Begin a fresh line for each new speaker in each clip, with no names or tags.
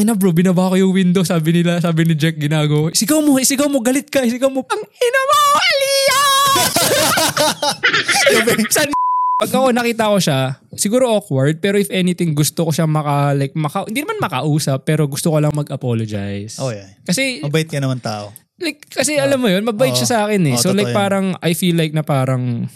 ina bro, binaba ko yung window. Sabi nila, sabi ni Jack, ginago. Isigaw mo, isigaw mo, galit ka, isigaw mo. Ang ina mo, Aliyah! San pag ako nakita ko siya, siguro awkward, pero if anything, gusto ko siya maka, like, maka, hindi naman makausap, pero gusto ko lang mag-apologize.
Oh, yeah.
Kasi,
Mabait ka naman tao.
like, kasi alam mo yun, mabait
Oo.
siya sa akin eh.
Oo,
so
totoo
like
yun.
parang, I feel like na parang,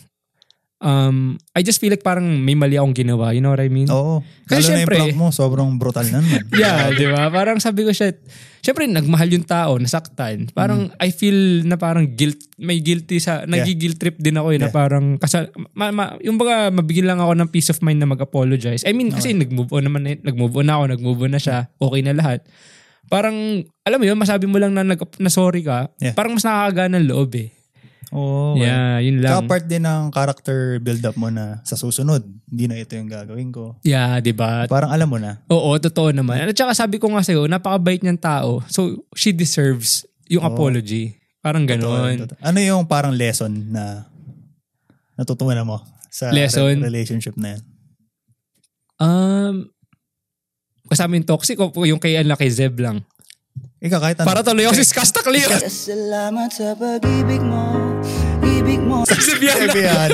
um, I just feel like parang may mali akong ginawa, you know what I mean?
Oo.
Kasi
Lalo na yung
syempre-
prank mo, sobrang brutal na naman.
Yeah, di ba? Parang sabi ko siya, syempre nagmahal yung tao, nasaktan. Parang
Mm.
I feel na parang guilt, may guilty sa, nagigil trip din ako eh, na
Yeah.
parang, kasal, ma, ma- yung baga mabigyan lang ako ng peace of mind na mag-apologize. I mean, kasi nag-move on naman, eh. nag-move on na ako, nag-move on na siya, okay na lahat. Parang, alam mo yun, masabi mo lang na, nag, na sorry ka,
Yeah.
parang mas nakakagaan ng loob eh.
Oo. well.
Yeah, yun lang.
Tsaka part din ng character build-up mo na sa susunod, hindi na ito yung gagawin ko.
yeah, di ba?
Parang alam mo na.
Oo, totoo naman. At saka sabi ko nga sa'yo, napakabait niyang tao. So, she deserves yung apology. Parang ganon.
Totoo. Ano yung parang lesson na natutunan mo sa
Lesson?
re- relationship na yan?
Um, kasama yung toxic o yung kay, ano, kay Zeb lang.
Ikaw kahit ano.
Para tuloy ako si Skasta Cleo.
Salamat sa pag-ibig mo, ibig mo.
Sa Zebian lang.
Kaibigan.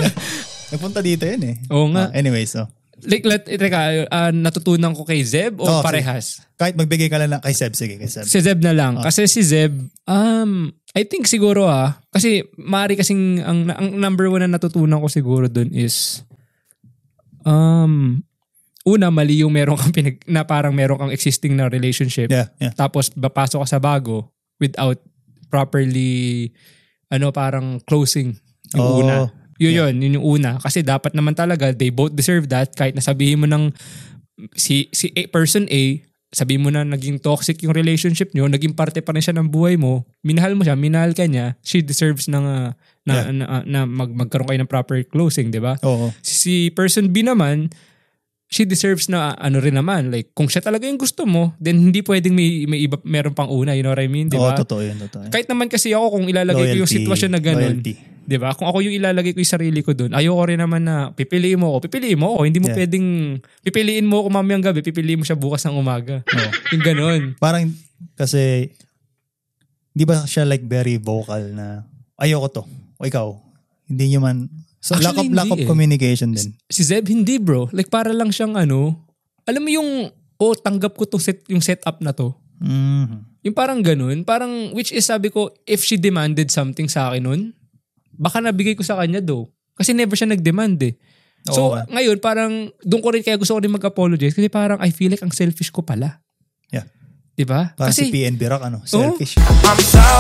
Nagpunta dito yun eh.
Oo nga.
Ah, anyways, so.
Like, let, eh, teka, ah, natutunan ko kay Zeb o
Oo,
parehas?
Kahit magbigay ka lang ng- kay Seb, sige kay Seb.
Si Zeb na lang. Kasi si Zeb, um, I think siguro ah, kasi maaari kasing ang, ang number one na natutunan ko siguro dun is, um, una, mali yung meron kang pinag, na parang meron kang existing na relationship.
Yeah, yeah.
Tapos papasok ka sa bago without properly ano parang closing yung
Oo.
una. Yun yun, yun yung una. Kasi dapat naman talaga, they both deserve that. Kahit nasabihin mo ng si, si A- person A, sabihin mo na naging toxic yung relationship nyo, naging parte pa rin siya ng buhay mo, minahal mo siya, minahal ka niya, she deserves ng, ah, na,
Yeah.
na, na mag, magkaroon kayo ng proper closing, di ba?
Oo.
si person B naman, she deserves na ano rin naman. Like, kung siya talaga yung gusto mo, then hindi pwedeng may, may iba, meron pang una. You know what I mean? Di ba?
Oo, totoo yun, totoo yun.
Kahit naman kasi ako kung ilalagay ko yung
Loyalty,
sitwasyon na ganun.
loyalty.
Di ba? Kung ako yung ilalagay ko yung sarili ko doon, ayoko rin naman na pipiliin mo ako. Pipiliin mo ako. Hindi mo
Yeah.
pwedeng pipiliin mo ako mamayang gabi. Pipiliin mo siya bukas ng umaga.
Oo.
Yung ganun.
Parang kasi di ba siya like very vocal na ayoko to. O ikaw. Hindi nyo man. So
Actually,
lack of, lack
hindi eh.
of communication din.
Si Zeb, hindi bro. Like para lang siyang ano, alam mo yung, oh tanggap ko tong set, yung setup na to.
Mhm.
Yung parang ganun, parang which is sabi ko, if she demanded something sa akin nun, baka nabigay ko sa kanya do. Kasi never siya nag-demand eh. So
Oo nga.
ngayon parang doon ko rin kaya gusto ko rin mag-apologize kasi parang I feel like ang selfish ko pala.
Yeah.
'Di ba?
Parang
Kasi Oh.
si PNB Rock ano, selfish.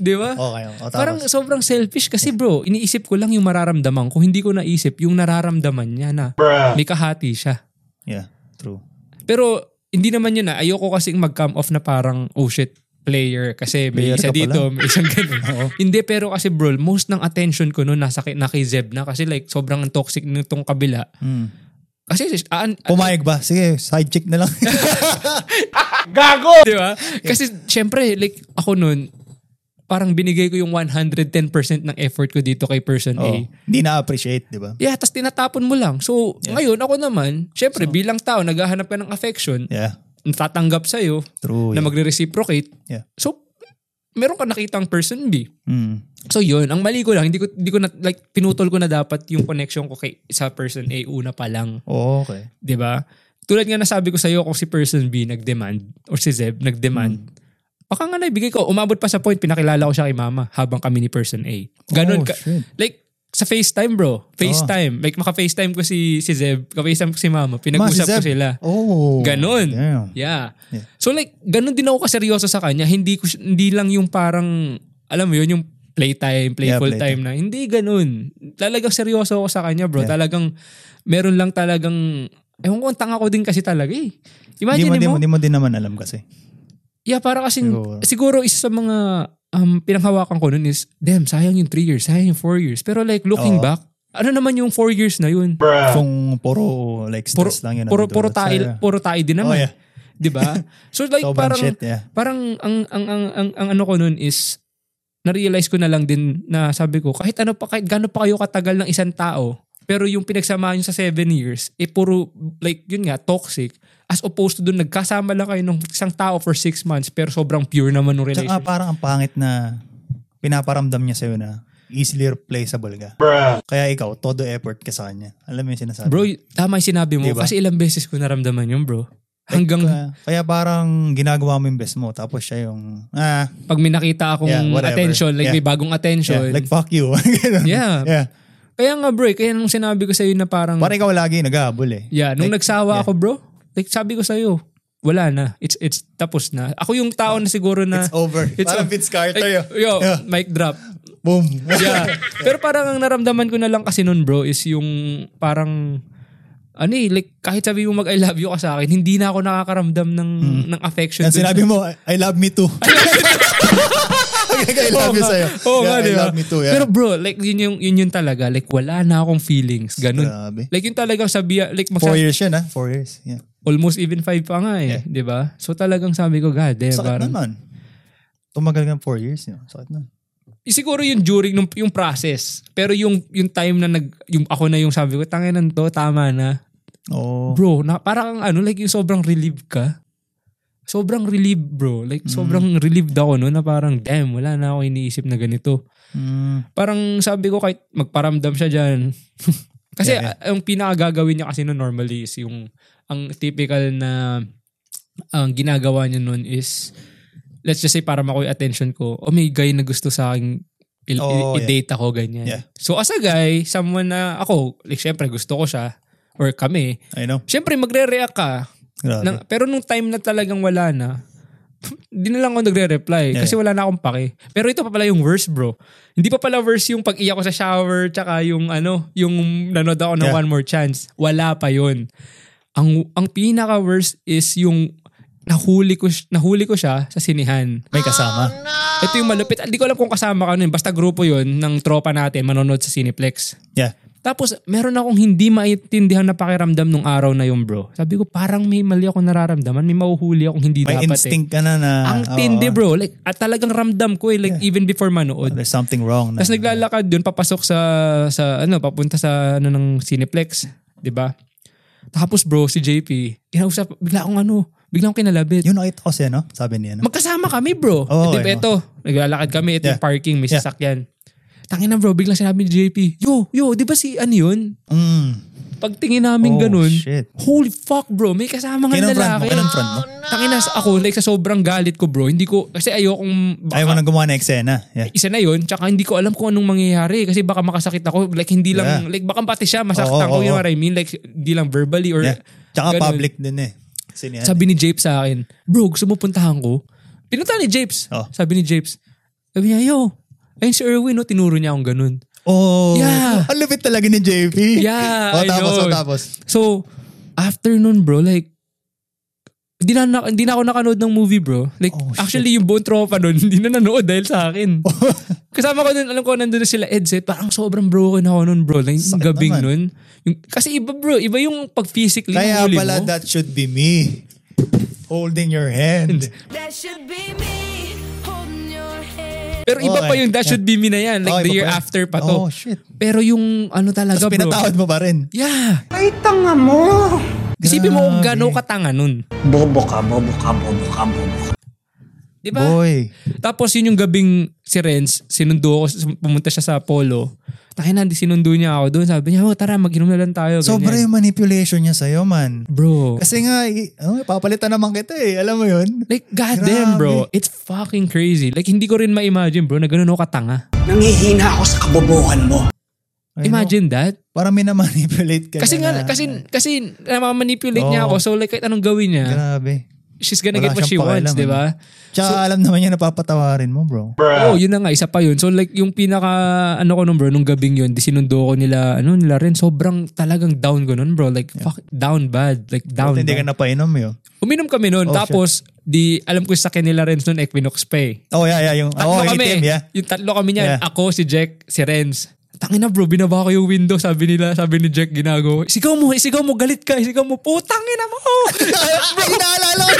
'di ba?
Okay, oh, tapos.
diba? Parang sobrang selfish kasi bro, iniisip ko lang yung mararamdaman ko. Hindi ko naisip yung nararamdaman niya na may kahati siya.
yeah, true.
Pero hindi naman yun na ayoko kasing mag-come off na parang oh shit player kasi may
Player
isa
ka pala.
dito, may isang ganun.
Oo.
Hindi pero kasi bro, most ng attention ko noon nasa kay, na kay Zeb na kasi like sobrang toxic nitong kabila.
Mm.
Kasi ah, an-
Pumayag ba? Sige, side check na lang. Oh!
di ba? Kasi syempre like ako noon parang binigay ko yung 110% ng effort ko dito kay person
Oo.
A.
Hindi na-appreciate, di ba?
Yeah, tas tinatapon mo lang. So, ngayon ako naman, syempre bilang tao naghahanap ka ng affection,
Yeah,
natatanggap sa
true.
na
Oh, Yeah.
magre-reciprocate.
Yeah.
So, meron ka nakitang person B.
Mm.
So yun, ang mali ko lang, hindi ko, hindi ko na, like, pinutol ko na dapat yung connection ko kay sa person A una pa lang,
Oo, okay.
'di ba? Tulad nga nasabi ko sa iyo kung si person B nag-demand or si Zeb nag-demand.
Hmm.
Baka nga naibigay ko, umabot pa sa point, pinakilala ko siya kay mama habang kami ni person A. Ganon
Oh,
ka,
shit. Oh.
like, sa FaceTime bro, FaceTime. Like, maka-FaceTime ko si, si Zeb, ka-FaceTime ko si mama,
Ma, si
pinag-usap ko
Zeb.
sila.
Oh.
Ganon.
Damn.
Yeah.
Yeah.
So like, ganun din ako kaseryoso sa kanya. Hindi ko si- hindi lang yung parang, alam mo yun, yung playtime, playful
playtime.
time na. Hindi ganun. Talagang seryoso ako sa kanya bro. Talagang, meron lang talagang, ewan ko, ang tanga ko din kasi talaga eh.
Hindi
Imagine
mo,
mo,
di mo, di mo din naman alam kasi.
Yeah, para kasi,
Siguro.
siguro isa sa mga um, pinanghawakan ko nun is, damn, sayang yung 3 years, sayang yung 4 years. Pero like, looking
Oo.
back, ano naman yung 4 years na yun?
Kung puro like
Ah. Puro,
stress lang yun. ang
puro, puro,
dudulot
tayo,
sa'yo.
puro tayo din
Oh,
naman.
yeah.
'Di ba? So like
Sobrang
parang
shit, yeah.
parang ang ang ang ang, ang ano ko noon is na-realize ko na lang din na sabi ko kahit ano pa kahit gaano pa kayo katagal ng isang tao Pero yung pinagsamahan nyo sa seven years, eh puro, like, yun nga, toxic. As opposed to dun, nagkasama lang kayo ng isang tao for six months, pero sobrang pure naman ng
Tsaka
relationship.
parang ang pangit na pinaparamdam niya sa'yo na easily replaceable ka. Kaya ikaw, todo effort ka sa kanya. Alam mo yung sinasabi.
Bro, tama yung sinabi mo.
Diba? uh,
Kasi ilang beses ko naramdaman yun, bro. Hanggang
kaya, kaya parang ginagawa mo yung best mo tapos siya yung, ah,
pag may nakita akong
Yeah, whatever.
attention, like
Yeah.
may bagong attention.
yeah, like fuck you. Ganun.
Yeah.
yeah.
Kaya nga bro, eh, kaya nung sinabi ko sa'yo na parang,
Parang ikaw lagi naghahabol eh.
yeah, nung
like,
nagsawa
yeah.
ako bro, like sabi ko sa'yo, wala na. It's it's tapos na. Ako yung tao na siguro na
It's over.
o-
parang Vince Carter
Like,
yun.
Yo,
Yeah.
mic drop.
Boom.
Yeah. Pero parang ang naramdaman ko na lang kasi nun bro is yung parang ano eh, like kahit sabi mo mag I love you ka sa akin, hindi na ako nakakaramdam ng ng affection.
Hmm. Yan
dun
sinabi mo, I I love me too. I love you
nga.
sa'yo.
Oo nga,
yeah, I
diba?
love me too. Yeah.
Pero bro, like yun yung, yun yung talaga. Like wala na akong feelings. Ganun.
Grabe.
Like yun talaga sabi, like
Four
magsa-
years yun ah. Four years. Yeah.
almost even five pa nga eh. di ba? So talagang sabi ko, God, eh,
Sakit
parang,
naman. Tumagal ng four years. Yun. Sakit na.
siguro yung during nung yung process. Pero yung yung time na nag yung ako na yung sabi ko, tanginan to, tama na.
Oo.
Bro, na parang ano like yung sobrang relieved ka. Sobrang relieved, bro. Like
Mm.
sobrang relieved ako no na parang damn, wala na ako iniisip na ganito.
Mm.
Parang sabi ko kahit magparamdam siya diyan. kasi
Yeah,
ah, yung pinakagagawin niya kasi no normally is yung ang typical na ang ginagawa niya noon is let's just say para makuha yung attention ko, oh may guy na gusto sa akin i- i-
Oh, yeah.
i-date ako ganyan.
Yeah.
So as a guy, someone na ako, like syempre gusto ko siya or kami,
I know.
syempre magre-react ka.
Grabe.
Nang- pero nung time na talagang wala na, di na lang ako nagre-reply
Yeah,
kasi wala na akong pake. Pero ito pa pala yung worst bro. Hindi pa pala worst yung pag-iyak ko sa shower tsaka yung ano, yung nanood ako ng
Yeah.
One More Chance. Wala pa yon Ang ang pinaka worst is yung nahuli ko si- nahuli ko siya sa sinihan.
May kasama.
Ito yung malupit. Hindi ko alam kung kasama ka nun. Basta grupo yon ng tropa natin manonood sa Cineplex.
Yeah.
Tapos, meron akong hindi maintindihan na pakiramdam nung araw na yun, bro. Sabi ko, parang may mali akong nararamdaman. May mahuhuli akong hindi
May
dapat eh.
instinct ka na na.
Ang
oo,
tindi, bro. Like, at talagang ramdam ko eh. Like, even before manood.
There's something wrong. Na.
Tapos naglalakad yun, papasok sa, sa ano, papunta sa, ano, ng Cineplex. 'di ba? Tapos, bro, si JP, kinausap, bigla akong ano, bigla akong kinalabit.
Yun nakita ko siya, no? Sabi niya, no?
Magkasama kami, bro.
Oo,
Di ba
okay.
ito? Naglalakad kami, ito yung
Yeah.
parking, may
Yeah.
sasakyan. Tangina bro, biglang sinabi ni JP, yo, yo, di ba si ano yun?
Mm.
Pagtingin namin
Oh,
ganun,
shit.
holy fuck bro, may kasama ng
Kinonfront mo,
lalaki.
kinonfront mo.
Tangina sa- ako, like sa sobrang galit ko bro, hindi ko, kasi ayokong, baka,
Ayaw mo nang gumawa ng eksena. Yeah.
isa na yun, tsaka hindi ko alam kung anong mangyayari kasi baka makasakit ako, like hindi lang, like baka pati siya masaktan ko,
Oo, oo,
you know what
oo.
I mean? Like, hindi lang verbally or,
yeah. Tsaka
ganun.
public din eh. Sinihan.
Sabi ni Japes sa akin, bro, gusto mo puntahan ko? Pinunta ni Japes.
Oh.
Sabi ni Japes, sabi niya, yo, ayun si Erwin, no, tinuro niya akong ganun.
Oh,
Yeah.
ang lupit talaga ni JP.
Yeah, I
oh, tapos,
know.
oh, tapos.
So, after nun, bro, like, hindi na, na, hindi na ako nakanood ng movie, bro. Like,
Oh, shit. Oh.
actually, yung buong tropa nun, hindi na nanood dahil sa akin. Kasama ko nun, alam ko, nandun na sila Edset. Parang sobrang broken ako nun, bro. Like, yung
Sakit
gabing
naman.
nun. Yung, kasi iba, bro, iba yung pag-physically
Kaya
huli mo.
pala, that should be me. Holding your hand.
That should be me holding your hand.
Pero iba
Okay.
pa yung That Should Be Me na yan. Like,
Oh,
the
iba
year
pa yun.
after pa to.
Oh, shit.
Pero yung ano talaga,
Tapos
bro.
pinatawad mo ba rin?
Yeah.
Ay, tanga mo!
Isipin mo kung
Grabe.
gano'ng katanga nun.
Bobo ka, bobo ka, bobo ka, bobo ka.
Di ba?
Boy.
Tapos yun yung gabing si Renz, sinundo ko, pumunta siya sa polo. Takin na, di sinundo niya ako doon. Sabi niya, oh tara, mag-inom na lang tayo.
Sobra
ganyan.
yung manipulation niya sa'yo, man.
Bro.
Kasi nga, i- ano, papalitan naman kita eh. Alam mo yun?
Like, goddamn bro.
Grabe.
It's fucking crazy. Like, hindi ko rin ma-imagine bro na ganun ako katanga.
Nangihina ako sa kabobohan mo.
I know.
Imagine that.
Parang minamanipulate ka
Kasi
niya
nga,
na-
kasi, kasi namamanipulate niya ako.
Oo.
So like, kahit anong gawin niya,
Grabe.
she's gonna
Wala
get what she
siyang eh.
wants,
pakialam,
di ba?
Tsaka alam naman niya napapatawarin mo, bro.
Oo, oh, yun na nga, isa pa yun. So like, yung pinaka, ano ko nun bro, nung gabing yun, di sinundo ko nila, ano nila rin, sobrang talagang down ko nun bro. Like, fuck, down bad. Like, down
Hindi
bad.
ka napainom yun.
Uminom kami noon.
Oh,
tapos, di, alam ko sa kanila Renz noon, Equinox pa eh.
Oh, yeah, yeah. Yung,
Tatlo
oh,
kami.
itim, yeah.
Yung tatlo kami niyan.
Yeah.
Ako, si Jack, si Renz. Tangina bro, binaba ko yung window. Sabi nila, sabi ni Jack, ginago. Sigaw mo, sigaw mo, galit ka. Sigaw mo, putangina mo.
Inaalala ko.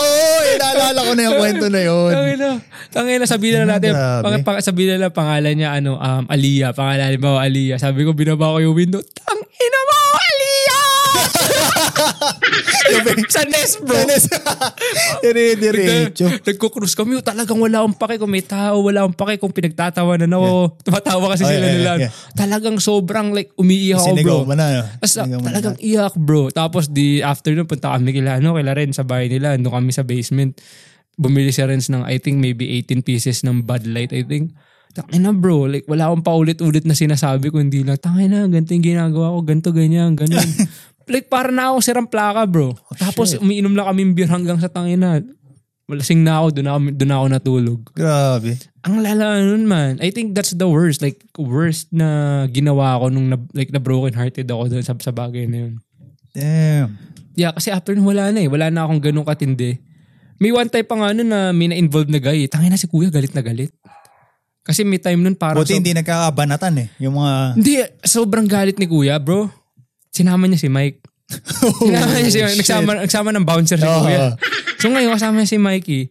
Oo, oh, inaalala ko na yung kwento na yun.
Tangina. Tangina, sabihin na
Ah,
natin,
grabe.
pang, pang, sabihin na lang pangalan niya, ano, um, Aliyah. Pangalan, halimbawa, Aliyah. Sabi ko, binaba ko yung window. Tangina mo, Aliyah! sa nest, bro.
Dire-diretso.
Nag- Nagko-cruise kami. oh, Talagang wala akong pake kung may tao. Wala akong pake kung pinagtatawanan ako. Tumatawa kasi
Oh,
sila
yeah,
nila.
yeah, yeah.
Talagang sobrang like umiiyak ako bro.
Sinigaw mo na. no?
As,
Sinigaw mo na.
talagang iyak bro. Tapos di afternoon punta kami kila ano, kila Renz sa bahay nila. Ano kami sa basement. Bumili si Renz ng I think maybe 18 pieces ng Bud Light I think. Tangina bro, like wala akong paulit-ulit na sinasabi kundi lang, tangina, ganito yung ginagawa ko, ganito, ganyan, ganun. like para na akong sirang plaka bro.
Oh,
Tapos umiinom lang kami ng beer hanggang sa tangina. Malasing na ako, doon ako, doon ako natulog.
Grabe.
Ang lala nun man. I think that's the worst. Like, worst na ginawa ko nung na, like, na broken hearted ako dun sa, sa bagay na yun.
Damn.
Yeah, kasi after nun wala na eh. Wala na akong ganun katindi. May one time pa nga nun na may na-involve na guy eh. Tangina si kuya, galit na galit. Kasi may time nun parang...
Buti
sob-
hindi nagkakabanatan eh. Yung mga...
Hindi, sobrang galit ni kuya, bro. Sinama niya si Mike. Sinama niya si Mike.
shit.
Nagsama, nagsama ng bouncer si
Oo.
kuya. So ngayon, kasama niya si Mikey.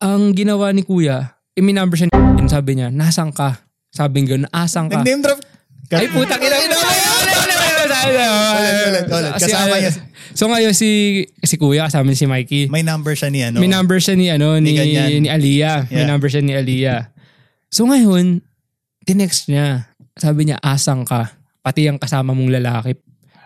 Ang ginawa ni kuya, iminumber siya ni sabi niya, nasang ka? Sabi nga, nasang ka?
Name drop.
Ay, putang ina. Ulit,
Ulit, ulit, ulit. Kasama niya.
So ngayon, si, si kuya, kasama niya si Mikey.
May number siya ni ano.
May number siya ni ano ni
Ni
ni,
ganyan.
Aliyah. May
Yeah.
number siya ni Aliyah. So ngayon, tinext niya. Sabi niya, asang ka. Pati ang kasama mong lalaki.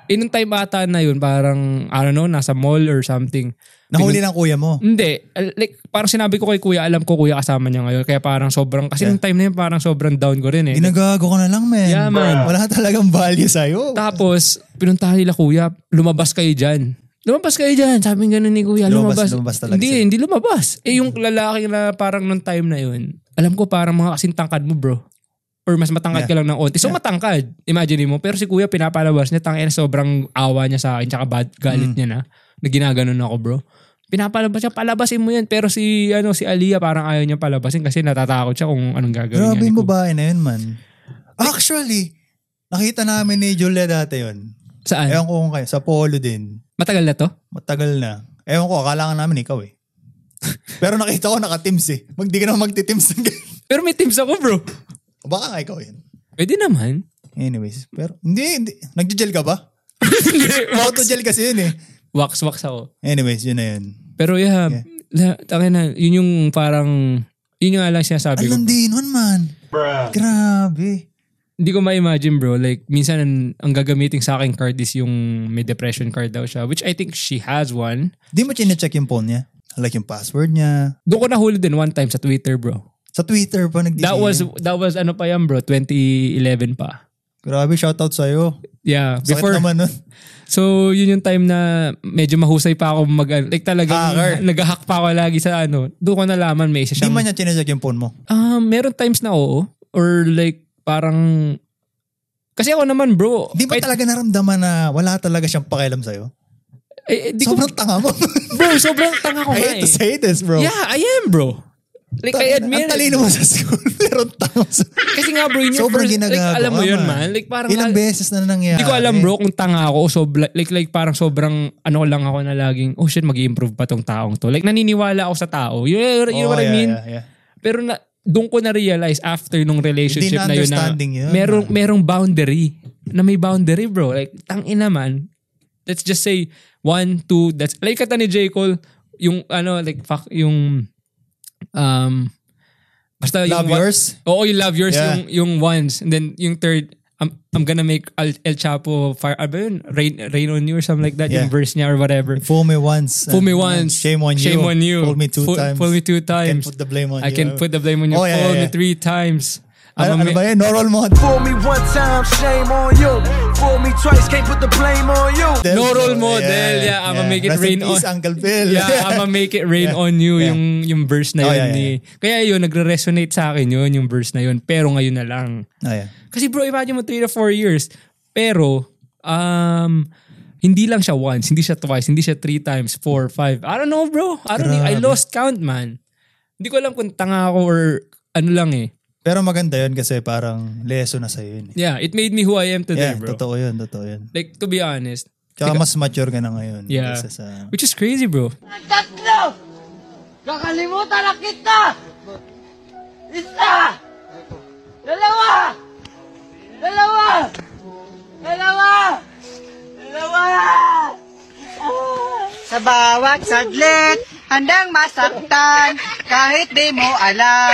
In yung time ata na yun, parang, I don't know, nasa mall or something.
Nahuli ng kuya mo.
Hindi. Al- Like, parang sinabi ko kay kuya, alam ko kuya kasama niya ngayon. Kaya parang sobrang, kasi
Yeah.
yung time na yun, parang sobrang down ko rin eh.
Ginagago ko na lang, man.
Yeah, man.
Wala ka talagang value sa'yo.
Tapos, pinuntahan nila kuya, lumabas kayo dyan. Lumabas kayo dyan. Sabi ng ganun ni kuya, lumabas.
Lumabas, lumabas talaga
Hindi,
sila.
hindi lumabas. Eh yung lalaki na parang nung time na yun, alam ko parang mga kasing tangkad mo bro. Or mas matangkad
Yeah.
ka lang ng onti. So matangkad, imagine mo. Pero si kuya pinapalabas niya, tangin sobrang awa niya sa akin, tsaka bad,
Mm.
galit niya na, na ginaganon ako bro. Pinapalabas siya, palabasin mo yan. Pero si ano si Aliyah parang ayaw niya palabasin kasi natatakot siya kung anong gagawin niya.
Grabe
ni
yung
Kuya.
babae na yun, man. Actually, nakita namin ni Julia dati yun.
Saan?
Ewan ko kung kayo, sa polo din.
Matagal na to?
Matagal na. Ewan ko, akala ka namin ikaw eh. Pero nakita ko naka-teams eh. Mag, di ka naman magti-teams. ng ganyan.
Pero may teams ako bro.
Baka nga ikaw yun.
Pwede naman.
Anyways, pero hindi, hindi. Nagja-gel ka ba?
Hindi, wax.
Auto-gel kasi yun eh.
Wax, wax ako.
Anyways, yun na yun.
Pero yeah,
Yeah.
yeah. na, yun yung parang, yun yung nga lang sinasabi ko.
Alam din nun man. Grabe.
Hindi ko ma-imagine bro, like minsan ang, ang gagamitin sa akin card is yung may depression card daw siya, which I think she has one.
Di mo chinecheck yung phone niya? Like yung password niya.
Doon ko nahuli din one time sa Twitter bro.
Sa Twitter pa nagdi
That was, that was ano pa yan bro, 2011 pa.
Grabe, shoutout sa'yo.
Yeah,
Sakit
before,
naman nun.
so yun yung time na medyo mahusay pa ako mag, like talagang
Hacker.
nag-hack pa ako lagi sa ano. Doon ko nalaman may isa
Di
siyang
man niya chinecheck yung phone mo.
Ah, meron times na oo. Or like, parang... Kasi ako naman bro.
Di ba
kahit-
talaga naramdaman na wala talaga siyang pakialam sa'yo?
eh, eh, di
Sobrang tanga mo.
ko, bro, sobrang tanga ko
I
nga
hate
eh.
to say this, bro.
Yeah, I am bro. Like, I admit it.
Ang talino mo sa school. Pero tanga mo sa...
Kasi nga bro, yun yung first,
Sobrang
like,
ginagawa.
alam mo yun man. Like, parang,
Ilang
lal-
beses eh. na nangyari.
Hindi ko alam bro kung tanga ako o sobla, like, like parang sobrang ano lang ako na laging, oh shit, mag improve pa tong taong to. Like naniniwala ako sa tao. You, you know
Oh,
what I
yeah,
mean?
yeah, yeah.
Pero na, doon ko na-realize after nung relationship
Hindi na
na yun na
understanding yun.
merong, merong boundary. Na may boundary bro. Like, tangin naman. Let's just say, one, two, that's, like kata ni J. Cole, yung ano, like, fuck, yung, um, basta yung,
Love
one-
yours?
Oo, yung love yours,
Yeah.
yung, yung once. And then, yung third, I'm, I'm gonna make El, El Chapo fire, ano ba yun? Rain, rain on you or something like that,
Yeah.
yung verse niya or whatever.
Fool me once.
Fool me
and-
once.
Shame on you.
Shame on you.
Fool me two
Fool-
times.
fool me two
I can
times.
put the blame on
I
you.
can put the blame on you.
Oh, yeah,
Fool
yeah,
me
yeah.
three times.
Ano,
I'm a
ano
ma-
ba yan? No role model.
Fool me one time, shame on you. Fool me twice, can't put the blame on you.
No role model. Yeah, I'ma make it
Rest in
rain
peace,
on-
Uncle Phil.
Yeah, I'ma make it rain
Yeah.
on you
Yeah.
yung yung verse na yun.
Oh, yeah, yeah,
ni- Kaya yun, nagre-resonate sa akin yun, yung verse na yun. Pero ngayon na lang.
Oh, yeah.
Kasi bro, imagine mo 3 to 4 years. Pero, um, hindi lang siya once, hindi siya twice, hindi siya three times, four, five. I don't know bro. I don't I
Grabe.
lost count man. Hindi ko alam kung tanga ako or ano lang eh.
Pero maganda yun kasi parang lesson na sa'yo yun. eh.
Yeah, it made me who I am today
Yeah,
bro.
totoo yun, totoo yun.
Like to be honest.
Tsaka mas mature ka na ngayon.
Yeah.
kaysa sa...
Which is crazy bro.
Tatlo! Kakalimutan na kita! Isa! Dalawa! Dalawa! Dalawa! Dalawa! Sa bawat saglit, handang masaktan, kahit di mo alam.